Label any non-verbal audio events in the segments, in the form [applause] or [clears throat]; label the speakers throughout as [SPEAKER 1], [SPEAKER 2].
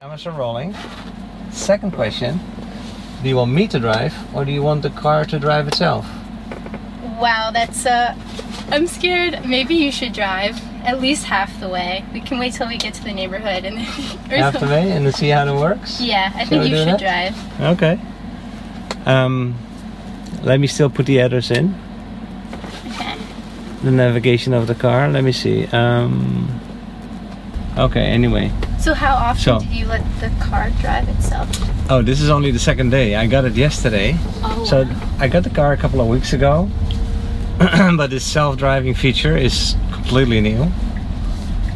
[SPEAKER 1] Cameras are rolling. Second question. Do you want me to drive or do you want the car to drive itself?
[SPEAKER 2] Wow, that's uh I'm scared. Maybe you should drive at least half the way. We can wait till we get to the neighborhood and then [laughs] or
[SPEAKER 1] Half the
[SPEAKER 2] something.
[SPEAKER 1] way and then see how it works?
[SPEAKER 2] Yeah, I
[SPEAKER 1] Shall
[SPEAKER 2] think
[SPEAKER 1] we
[SPEAKER 2] you
[SPEAKER 1] do that?
[SPEAKER 2] should drive.
[SPEAKER 1] Okay. Um, let me still put the address in.
[SPEAKER 2] Okay.
[SPEAKER 1] The navigation of the car. Let me see. Um, okay, anyway.
[SPEAKER 2] So how often
[SPEAKER 1] So-
[SPEAKER 2] do you let the car drive itself?
[SPEAKER 1] Oh, this is only the second day. I got it yesterday.
[SPEAKER 2] Oh,
[SPEAKER 1] So I got the car a couple of weeks ago, [clears throat] but this self-driving feature is completely new.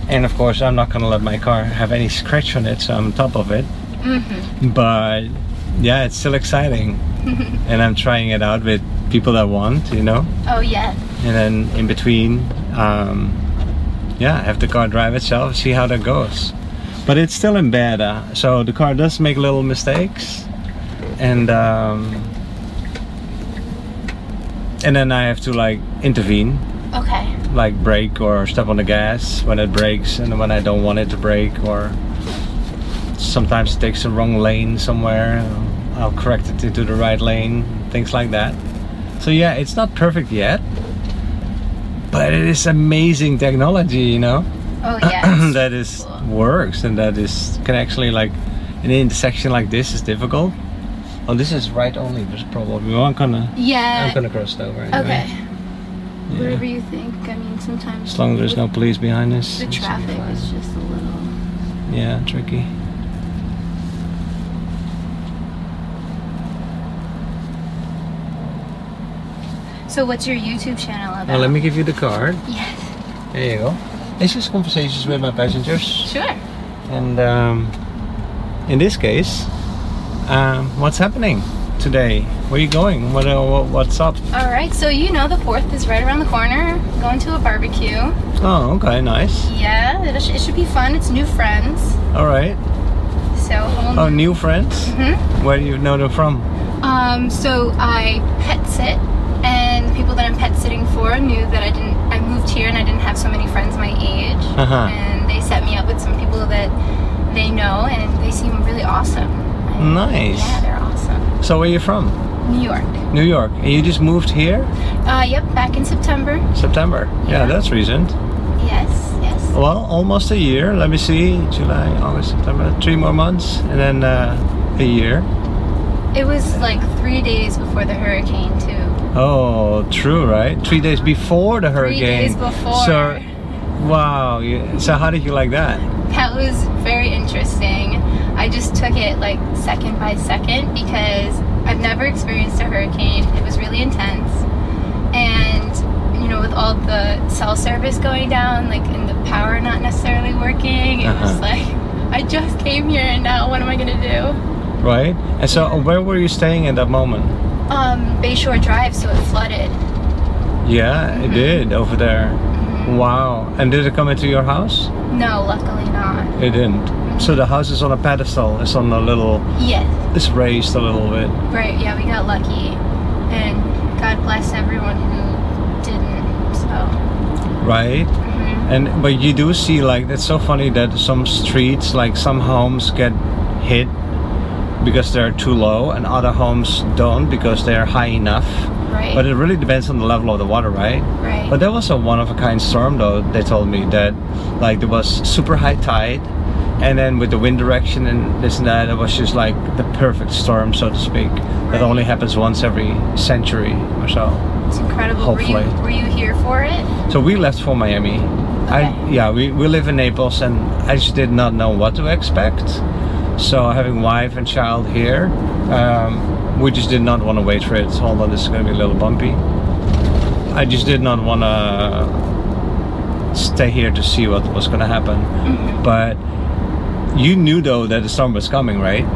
[SPEAKER 1] And of course, I'm not gonna let my car have any scratch on it, so I'm on top of it.
[SPEAKER 2] hmm
[SPEAKER 1] But yeah, it's still exciting, and I'm trying it out with people that want, you know.
[SPEAKER 2] [laughs] oh yeah.
[SPEAKER 1] And then in between, um, yeah, have the car drive itself, see how that goes. But it's still in beta, so the car does make little mistakes, and um, and then I have to like intervene,
[SPEAKER 2] Okay.
[SPEAKER 1] like brake or step on the gas when it breaks, and when I don't want it to brake, or sometimes it takes the wrong lane somewhere. I'll correct it into the right lane, things like that. So yeah, it's not perfect yet, but it is amazing technology, you know, [clears throat]
[SPEAKER 2] Oh
[SPEAKER 1] [coughs]
[SPEAKER 2] yeah.
[SPEAKER 1] that is
[SPEAKER 2] cool.
[SPEAKER 1] works and that is can actually like an intersection like this is difficult. Oh, this is right only. There's probably I'm gonna
[SPEAKER 2] Yeah.
[SPEAKER 1] I'm gonna cross it over. Anyway.
[SPEAKER 2] Okay.
[SPEAKER 1] Yeah.
[SPEAKER 2] Whatever you think. I mean, sometimes
[SPEAKER 1] As long as there's no police behind us.
[SPEAKER 2] the
[SPEAKER 1] it should be
[SPEAKER 2] traffic
[SPEAKER 1] fine.
[SPEAKER 2] is just a little.
[SPEAKER 1] Yeah, tricky.
[SPEAKER 2] So what's your YouTube channel about?
[SPEAKER 1] Well, let me give you the card.
[SPEAKER 2] Yes.
[SPEAKER 1] There you go. It's just conversations with my passengers,
[SPEAKER 2] Sure.
[SPEAKER 1] and um, in this case, um, what's happening today? Where are you going? What, uh, what what's up?
[SPEAKER 2] All right. So you know the fourth is right around the corner. Going to a barbecue.
[SPEAKER 1] Oh, okay, nice.
[SPEAKER 2] Yeah. It, sh- it should be fun. It's new friends.
[SPEAKER 1] All right.
[SPEAKER 2] So. um, whole
[SPEAKER 1] Oh,
[SPEAKER 2] new-
[SPEAKER 1] new friends.
[SPEAKER 2] Mhm.
[SPEAKER 1] Where do you know them from?
[SPEAKER 2] Um, so I pet sit, and the people that I'm pet sitting for knew that I didn't. I moved here and I didn't have so many friends my age,
[SPEAKER 1] Uh-huh.
[SPEAKER 2] and they set me up with some people that they know, and they seem really awesome.
[SPEAKER 1] Nice.
[SPEAKER 2] Yeah, they're awesome.
[SPEAKER 1] So where are you from?
[SPEAKER 2] New York.
[SPEAKER 1] New York. And you just moved here?
[SPEAKER 2] Uh, yep. Back in September.
[SPEAKER 1] September. Yeah,
[SPEAKER 2] Yeah.
[SPEAKER 1] that's recent.
[SPEAKER 2] Yes. Yes.
[SPEAKER 1] Well, almost a year. Let me see. July, August, September. Three more months, and then uh, a year.
[SPEAKER 2] It was like three days before the hurricane too.
[SPEAKER 1] Oh, true, right? Three days before the
[SPEAKER 2] Three
[SPEAKER 1] hurricane.
[SPEAKER 2] days before.
[SPEAKER 1] So, wow. you- So how did you like that?
[SPEAKER 2] That was very interesting. I just took it like second by second because I've never experienced a hurricane. It was really intense. And, you know, with all the cell service going down, like, and the power not necessarily working, it was
[SPEAKER 1] Uh-huh.
[SPEAKER 2] like, [laughs] I just came here and now what am I going to do?
[SPEAKER 1] Right? And so, uh, where were you staying at that moment?
[SPEAKER 2] Um, Bayshore Drive, so it flooded.
[SPEAKER 1] Yeah, it
[SPEAKER 2] Mhm.
[SPEAKER 1] did over there. Mm-hmm.
[SPEAKER 2] Mhm.
[SPEAKER 1] Wow. And did it come into your house?
[SPEAKER 2] No, luckily not.
[SPEAKER 1] It didn't. So the house is on a pedestal. It's on a little.
[SPEAKER 2] Yes,
[SPEAKER 1] It's raised a little bit.
[SPEAKER 2] right, yeah, we got lucky. And God bless everyone who didn't, so.
[SPEAKER 1] Right,
[SPEAKER 2] mhm.
[SPEAKER 1] and but you do see like it's so funny that some streets, like some homes, get hit because they're too low, and other homes don't because they're high enough.
[SPEAKER 2] Right.
[SPEAKER 1] But it really depends on the level of the water, right?
[SPEAKER 2] right.
[SPEAKER 1] But there was a one of a kind storm though. They told me that like there was super high tide, and then with the wind direction and this and that, it was just like the perfect storm, so to speak. That
[SPEAKER 2] Right.
[SPEAKER 1] only happens once every century or so.
[SPEAKER 2] it's incredible. Were you,
[SPEAKER 1] hopefully.
[SPEAKER 2] were you here for it?
[SPEAKER 1] So we left for Miami. I
[SPEAKER 2] Okay.
[SPEAKER 1] yeah, we, we live in Naples, and I just did not know what to expect. So having wife and child here, um, we just did not want to wait for it. Hold on, this is going to be a little bumpy. I just did not want to stay here to see what was going to happen.
[SPEAKER 2] Mhm.
[SPEAKER 1] But you knew though that the storm was coming, right?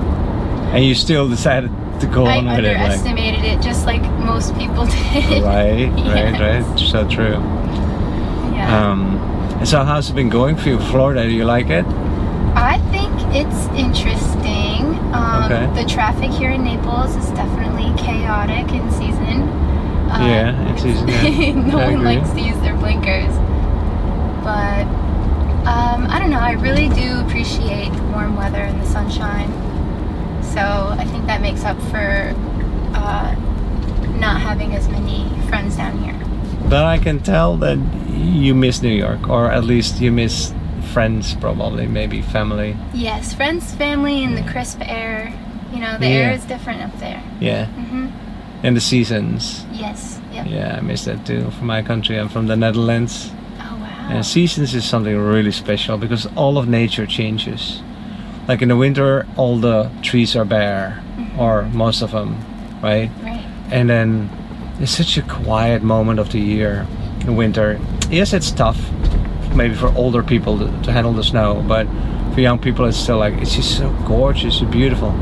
[SPEAKER 1] And you still decided to go
[SPEAKER 2] I
[SPEAKER 1] on with it, like
[SPEAKER 2] underestimated it just like most people [laughs] did.
[SPEAKER 1] right, right,
[SPEAKER 2] Yes.
[SPEAKER 1] right. So true.
[SPEAKER 2] Yeah.
[SPEAKER 1] Um, and so how's it been going for you, Florida? Do you like it?
[SPEAKER 2] I think it's interesting. Um,
[SPEAKER 1] Okay.
[SPEAKER 2] The traffic here in Naples is definitely chaotic in season. Uh,
[SPEAKER 1] Yeah, in season, yeah.
[SPEAKER 2] [laughs] no
[SPEAKER 1] I
[SPEAKER 2] one
[SPEAKER 1] agree.
[SPEAKER 2] likes to use their blinkers. But Um, I don't know. I really do appreciate the warm weather and the sunshine. So I think that makes up for uh, not having as many friends down here.
[SPEAKER 1] But I can tell that you miss New York, or at least you miss friends, probably, maybe family.
[SPEAKER 2] Yes, friends, family, and the crisp air. You know, the air
[SPEAKER 1] Yeah.
[SPEAKER 2] is different up there.
[SPEAKER 1] Yeah,
[SPEAKER 2] hmm
[SPEAKER 1] and the seasons.
[SPEAKER 2] Yes. Yep.
[SPEAKER 1] Yeah, I miss that too. From my country, I'm from the Netherlands.
[SPEAKER 2] Oh wow.
[SPEAKER 1] And seasons is something really special because all of nature changes. Like in the winter, all the trees are bare, or most of them, right?
[SPEAKER 2] Right.
[SPEAKER 1] And then it's such a quiet moment of the year in winter. Yes, it's tough, maybe for older people to, to handle the snow, but for young people, it's still like it's just so gorgeous, so beautiful.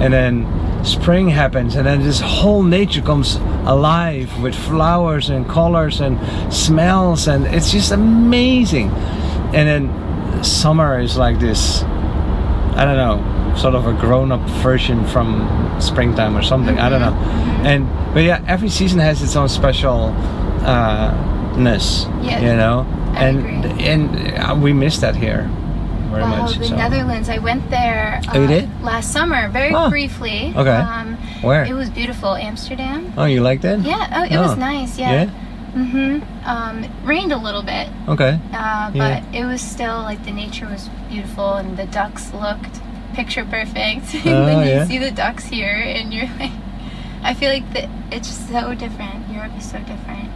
[SPEAKER 1] And then spring happens, and then this whole nature comes alive with flowers and colors and smells, and it's just amazing. And then summer is like this I don't know, sort of a grown up version from springtime or something. I don't know.
[SPEAKER 2] Mm-hmm.
[SPEAKER 1] And but yeah, every season has its own special uh ness.
[SPEAKER 2] Yes,
[SPEAKER 1] You know?
[SPEAKER 2] I
[SPEAKER 1] and
[SPEAKER 2] agree.
[SPEAKER 1] and uh, we miss that here very
[SPEAKER 2] Wow,
[SPEAKER 1] much.
[SPEAKER 2] the
[SPEAKER 1] so.
[SPEAKER 2] Netherlands. I went there uh,
[SPEAKER 1] Oh, you did?
[SPEAKER 2] last summer, very
[SPEAKER 1] Huh.
[SPEAKER 2] briefly.
[SPEAKER 1] Okay.
[SPEAKER 2] Um,
[SPEAKER 1] Where?
[SPEAKER 2] It was beautiful, Amsterdam.
[SPEAKER 1] oh, you liked it?
[SPEAKER 2] Yeah, oh, it
[SPEAKER 1] Oh.
[SPEAKER 2] was nice. Yeah. Mm-hmm. Um, it rained a little bit,
[SPEAKER 1] Yeah? Okay.
[SPEAKER 2] uh,
[SPEAKER 1] Yeah.
[SPEAKER 2] but it was still like the nature was beautiful and the ducks looked picture perfect. [laughs]
[SPEAKER 1] Oh,
[SPEAKER 2] when you
[SPEAKER 1] yeah.
[SPEAKER 2] see the ducks here, and you're like, I feel like the, it's just so different. Europe is so different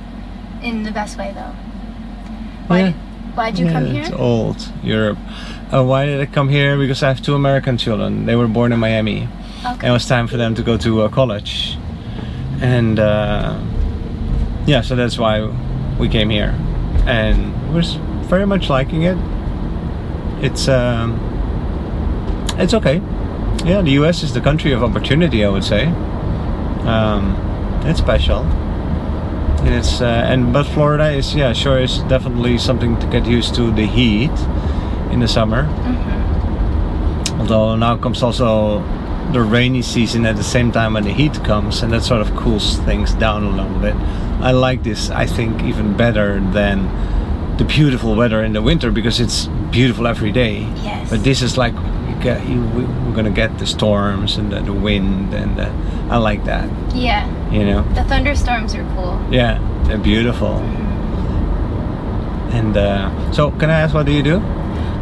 [SPEAKER 2] in the best way, though. Why?
[SPEAKER 1] Yeah.
[SPEAKER 2] Did, why'd you come
[SPEAKER 1] Yeah,
[SPEAKER 2] here?
[SPEAKER 1] It's old Europe. Uh, why did I come here? Because I have two American children. They were born in Miami.
[SPEAKER 2] Okay.
[SPEAKER 1] and it was time for them to go to uh, college and uh, yeah so that's why we came here and we're s- very much liking it it's um, it's okay yeah the us is the country of opportunity i would say um, it's special and it's uh, and but florida is yeah sure is definitely something to get used to the heat in the summer
[SPEAKER 2] Mhm.
[SPEAKER 1] Although now comes also the rainy season at the same time when the heat comes, and that sort of cools things down a little bit. I like this, I think, even better than the beautiful weather in the winter because it's beautiful every day.
[SPEAKER 2] Yes.
[SPEAKER 1] But this is like you get, you, we- we're gonna get the storms and the, the wind, and the, I like that,
[SPEAKER 2] Yeah,
[SPEAKER 1] you know.
[SPEAKER 2] the thunderstorms are cool. Mm-hmm.
[SPEAKER 1] Yeah, they're beautiful. And uh, so, can I ask what do you do?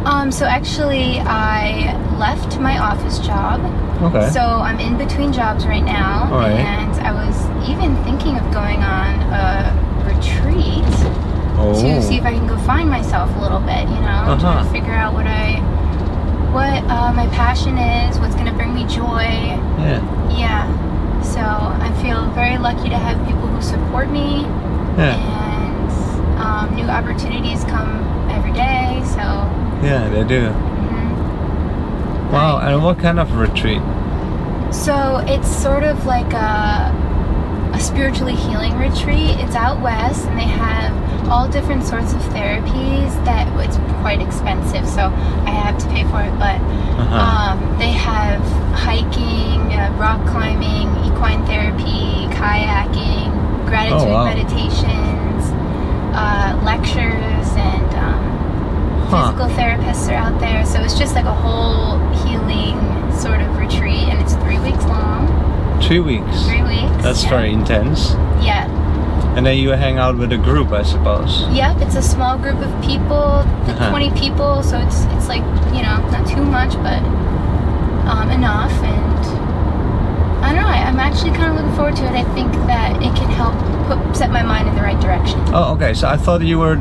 [SPEAKER 2] Um, so actually, I left my office job.
[SPEAKER 1] Okay.
[SPEAKER 2] So I'm in between jobs right now,
[SPEAKER 1] All right.
[SPEAKER 2] and I was even thinking of going on a retreat
[SPEAKER 1] oh.
[SPEAKER 2] to see if I can go find myself a little bit. You know,
[SPEAKER 1] Uh-huh.
[SPEAKER 2] trying to figure out what I, what uh, my passion is, what's gonna bring me joy.
[SPEAKER 1] yeah.
[SPEAKER 2] Yeah. So I feel very lucky to have people who support me
[SPEAKER 1] Yeah.
[SPEAKER 2] and um, new opportunities come every day. So,
[SPEAKER 1] Yeah, they do.
[SPEAKER 2] mhm.
[SPEAKER 1] Wow, and what kind of retreat?
[SPEAKER 2] so it's sort of like a, a spiritually healing retreat. It's out west, and they have all different sorts of therapies that it's quite expensive. So I have to pay for it, but
[SPEAKER 1] Uh-huh.
[SPEAKER 2] um, they have hiking, uh, rock climbing, equine therapy, kayaking, gratitude
[SPEAKER 1] Oh, wow.
[SPEAKER 2] meditations, uh, lectures, and. Um,
[SPEAKER 1] Huh.
[SPEAKER 2] physical therapists are out there. So it's just like a whole healing sort of retreat, and it's three weeks long.
[SPEAKER 1] Three weeks.
[SPEAKER 2] Three weeks.
[SPEAKER 1] That's
[SPEAKER 2] yeah.
[SPEAKER 1] very intense.
[SPEAKER 2] Yeah.
[SPEAKER 1] And then you hang out with a group, I suppose.
[SPEAKER 2] Yep. It's a small group of people, the
[SPEAKER 1] Uh-huh.
[SPEAKER 2] 20 people. So it's it's like you know not too much, but um, enough. And I don't know. I, I'm actually kind of looking forward to it. I think that it can help put, set my mind in the right direction.
[SPEAKER 1] Oh, okay. So I thought you were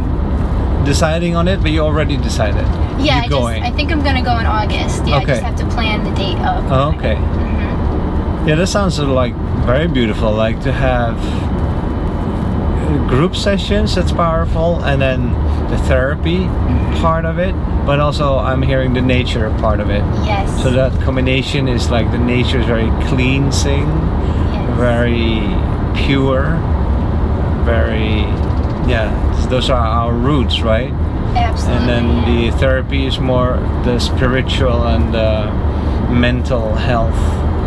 [SPEAKER 1] deciding on it, but you already decided.
[SPEAKER 2] Yeah.
[SPEAKER 1] You're
[SPEAKER 2] I
[SPEAKER 1] going.
[SPEAKER 2] just I think I'm gonna go in August. Yeah. I just
[SPEAKER 1] Okay.
[SPEAKER 2] have to plan the date of.
[SPEAKER 1] Oh, okay.
[SPEAKER 2] Mhm.
[SPEAKER 1] Yeah, that sounds uh, like very beautiful. Like to have uh, group sessions, that's powerful, and then the therapy part of it, but also I'm hearing the nature part of it.
[SPEAKER 2] Yes.
[SPEAKER 1] So that combination is like the nature is very cleansing.
[SPEAKER 2] yes.
[SPEAKER 1] very pure, very yeah. Those are our roots, right?
[SPEAKER 2] Absolutely.
[SPEAKER 1] And then
[SPEAKER 2] yeah.
[SPEAKER 1] the therapy is more the spiritual and the mental health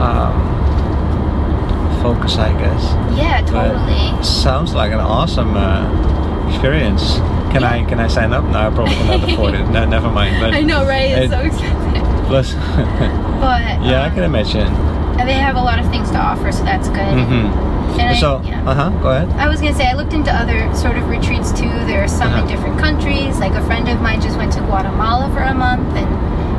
[SPEAKER 1] um, focus, I guess.
[SPEAKER 2] Yeah,
[SPEAKER 1] But
[SPEAKER 2] totally.
[SPEAKER 1] sounds like an awesome uh, experience. Can I can I sign up? No, I probably
[SPEAKER 2] [laughs]
[SPEAKER 1] cannot afford it. No, never mind. But
[SPEAKER 2] I know, right? It's
[SPEAKER 1] it-
[SPEAKER 2] so expensive.
[SPEAKER 1] plus,
[SPEAKER 2] But
[SPEAKER 1] [laughs] yeah, I
[SPEAKER 2] um,
[SPEAKER 1] can imagine.
[SPEAKER 2] and they have a lot of things to offer, so that's good.
[SPEAKER 1] hmm
[SPEAKER 2] And
[SPEAKER 1] So,
[SPEAKER 2] I, yeah.
[SPEAKER 1] uh huh. Go ahead.
[SPEAKER 2] I was gonna say I looked into other sort of retreats too. There are some
[SPEAKER 1] Uh-huh.
[SPEAKER 2] in different countries. Like a friend of mine just went to Guatemala for a month, and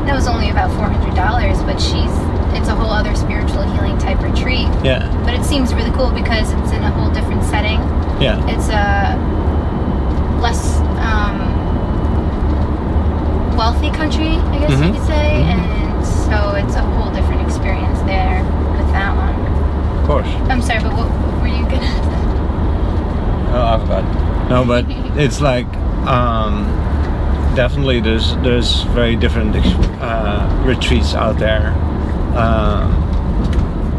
[SPEAKER 2] that was only about four hundred dollars. But she's it's a whole other spiritual healing type retreat.
[SPEAKER 1] Yeah,
[SPEAKER 2] But it seems really cool because it's in a whole different setting.
[SPEAKER 1] yeah.
[SPEAKER 2] It's a less um, wealthy country, I guess
[SPEAKER 1] Mhm.
[SPEAKER 2] you could say,
[SPEAKER 1] Mhm.
[SPEAKER 2] and so it's a whole different experience there with that one.
[SPEAKER 1] Of course.
[SPEAKER 2] I'm sorry, but what were you gonna? [laughs]
[SPEAKER 1] Oh, I've got. No, but it's like um, definitely there's there's very different ex- uh, retreats out there. Um,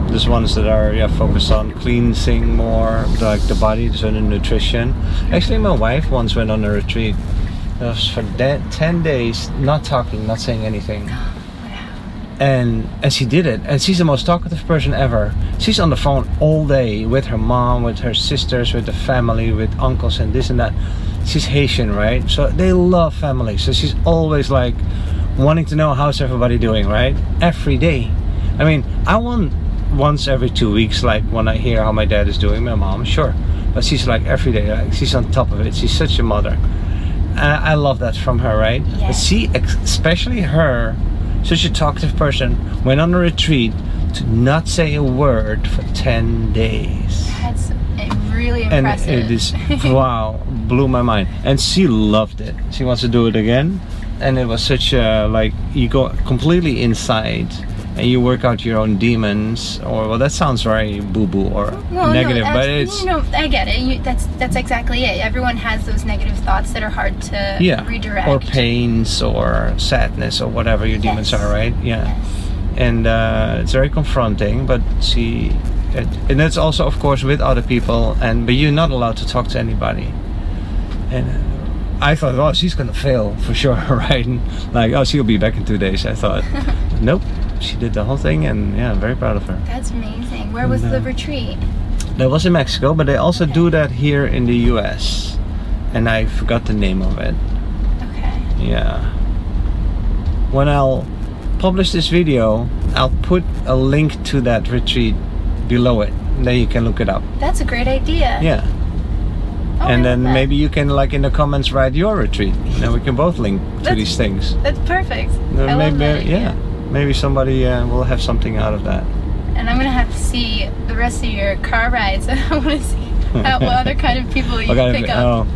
[SPEAKER 1] there's ones that are yeah focused on cleansing more, like the body, so the nutrition. Actually, my wife once went on a retreat. It was for de- ten days, not talking, not saying anything and and she did it and she's the most talkative person ever she's on the phone all day with her mom with her sisters with the family with uncles and this and that she's haitian right so they love family so she's always like wanting to know how's everybody doing right every day i mean i want once every two weeks like when i hear how my dad is doing my mom sure but she's like every day like she's on top of it she's such a mother and I love that from her, right?
[SPEAKER 2] Yeah.
[SPEAKER 1] But she, ex- especially her, such a talkative person, went on a retreat to not say a word for 10 days.
[SPEAKER 2] That's uh, really
[SPEAKER 1] And it
[SPEAKER 2] impressive. [laughs]
[SPEAKER 1] is, wow, blew my mind. And she loved it. She wants to do it again. And it was such a, like, you go completely inside and you work out your own demons, or, well, that sounds very boo boo or
[SPEAKER 2] Well, no,
[SPEAKER 1] negative, but
[SPEAKER 2] abs-
[SPEAKER 1] it's.
[SPEAKER 2] you know I get it. You, that's that's exactly it. Everyone has those negative thoughts that are hard to
[SPEAKER 1] yeah
[SPEAKER 2] redirect.
[SPEAKER 1] or pains or sadness or whatever your demons
[SPEAKER 2] Yes.
[SPEAKER 1] are right yeah
[SPEAKER 2] Yes.
[SPEAKER 1] and uh, it's very confronting but she it, and that's also of course with other people and but you're not allowed to talk to anybody and uh, i thought oh she's gonna fail for sure [laughs] right and like oh she'll be back in two days i thought nope she did the whole thing and yeah i'm very proud of her
[SPEAKER 2] That's amazing. Where was
[SPEAKER 1] No.
[SPEAKER 2] the retreat?
[SPEAKER 1] that was in mexico but they also
[SPEAKER 2] Okay.
[SPEAKER 1] do that here in the us and i forgot the name of it
[SPEAKER 2] Okay.
[SPEAKER 1] Yeah. When I'll publish this video, I'll put a link to that retreat below it. Then you can look it up.
[SPEAKER 2] That's a great idea.
[SPEAKER 1] Yeah.
[SPEAKER 2] Oh, I
[SPEAKER 1] and then
[SPEAKER 2] love that.
[SPEAKER 1] maybe you can like in the comments write your retreat. Then we can both link to
[SPEAKER 2] That's-
[SPEAKER 1] these things.
[SPEAKER 2] That's perfect.
[SPEAKER 1] Then
[SPEAKER 2] I love
[SPEAKER 1] maybe
[SPEAKER 2] that idea.
[SPEAKER 1] yeah. Maybe somebody uh, will have something out of that.
[SPEAKER 2] And I'm gonna have to see the rest of your car rides. [laughs] I want to see how, what other kind of
[SPEAKER 1] [laughs]
[SPEAKER 2] people you
[SPEAKER 1] Okay,
[SPEAKER 2] pick up.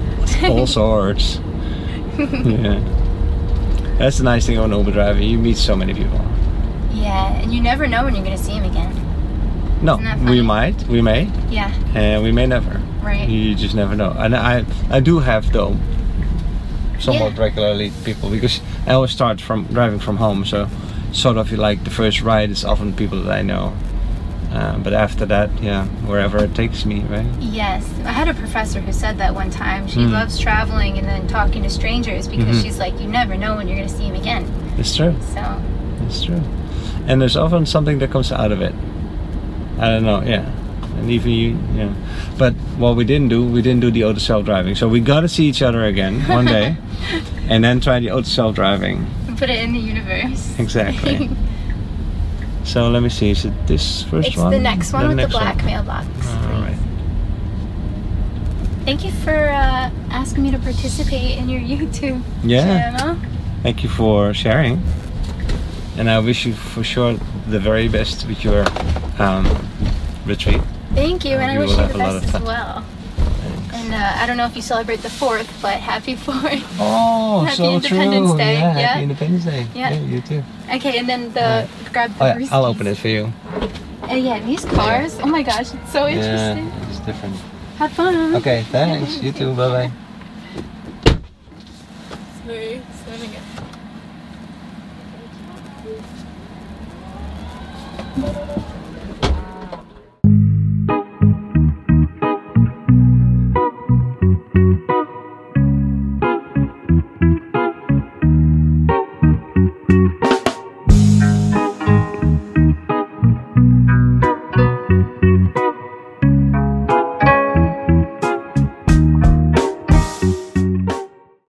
[SPEAKER 1] oh,
[SPEAKER 2] [laughs]
[SPEAKER 1] all sorts. yeah. That's the nice thing on Uber driver. You meet so many people.
[SPEAKER 2] yeah, and you never know when you're gonna see him again.
[SPEAKER 1] No,
[SPEAKER 2] Isn't that
[SPEAKER 1] we
[SPEAKER 2] funny?
[SPEAKER 1] might, we may,
[SPEAKER 2] Yeah.
[SPEAKER 1] and we may never.
[SPEAKER 2] Right.
[SPEAKER 1] You just never know. And I, I do have though, somewhat
[SPEAKER 2] Yeah.
[SPEAKER 1] regularly people because I always start from driving from home, so sort of like the first ride is often people that I know. Uh, but after that, yeah, wherever it takes me, right?
[SPEAKER 2] Yes, I had a professor who said that one time. She
[SPEAKER 1] Mm.
[SPEAKER 2] loves traveling and then talking to strangers because
[SPEAKER 1] Mhm.
[SPEAKER 2] she's like, you never know when you're going to see him again.
[SPEAKER 1] It's true.
[SPEAKER 2] So,
[SPEAKER 1] It's true. And there's often something that comes out of it. I don't know. Yeah. And even you, yeah. But what we didn't do, we didn't do the auto self driving. So we gotta see each other again [laughs] one day, and then try the auto self driving.
[SPEAKER 2] [laughs] put it in the universe. [laughs]
[SPEAKER 1] Exactly. So let me see. Is it this first
[SPEAKER 2] it's
[SPEAKER 1] one?
[SPEAKER 2] the next one with
[SPEAKER 1] next
[SPEAKER 2] the black mailbox.
[SPEAKER 1] All
[SPEAKER 2] please.
[SPEAKER 1] right.
[SPEAKER 2] Thank you for uh, asking me to participate in your [laughs] YouTube
[SPEAKER 1] Yeah.
[SPEAKER 2] channel.
[SPEAKER 1] Thank you for sharing. And I wish you for sure the very best with your um, retreat.
[SPEAKER 2] Thank you, and I
[SPEAKER 1] You
[SPEAKER 2] wish
[SPEAKER 1] will
[SPEAKER 2] you the
[SPEAKER 1] have a lot of
[SPEAKER 2] best as
[SPEAKER 1] fun.
[SPEAKER 2] well. And uh, I don't know if you celebrate the 4th, but happy [laughs] 4th.
[SPEAKER 1] Oh,
[SPEAKER 2] Happy
[SPEAKER 1] so
[SPEAKER 2] Independence
[SPEAKER 1] true.
[SPEAKER 2] Day,
[SPEAKER 1] Yeah,
[SPEAKER 2] yeah.
[SPEAKER 1] Happy Independence Day.
[SPEAKER 2] Yeah.
[SPEAKER 1] you too.
[SPEAKER 2] Okay, and then the grab the
[SPEAKER 1] Oh, yeah, I'll
[SPEAKER 2] Brewskis.
[SPEAKER 1] open it for you.
[SPEAKER 2] Uh, yeah, these cars. Oh my gosh, it's so interesting. Hmm.
[SPEAKER 1] Yeah, it's different.
[SPEAKER 2] Have fun.
[SPEAKER 1] Okay, thanks. You too. Bye bye.
[SPEAKER 2] Sorry, standing up.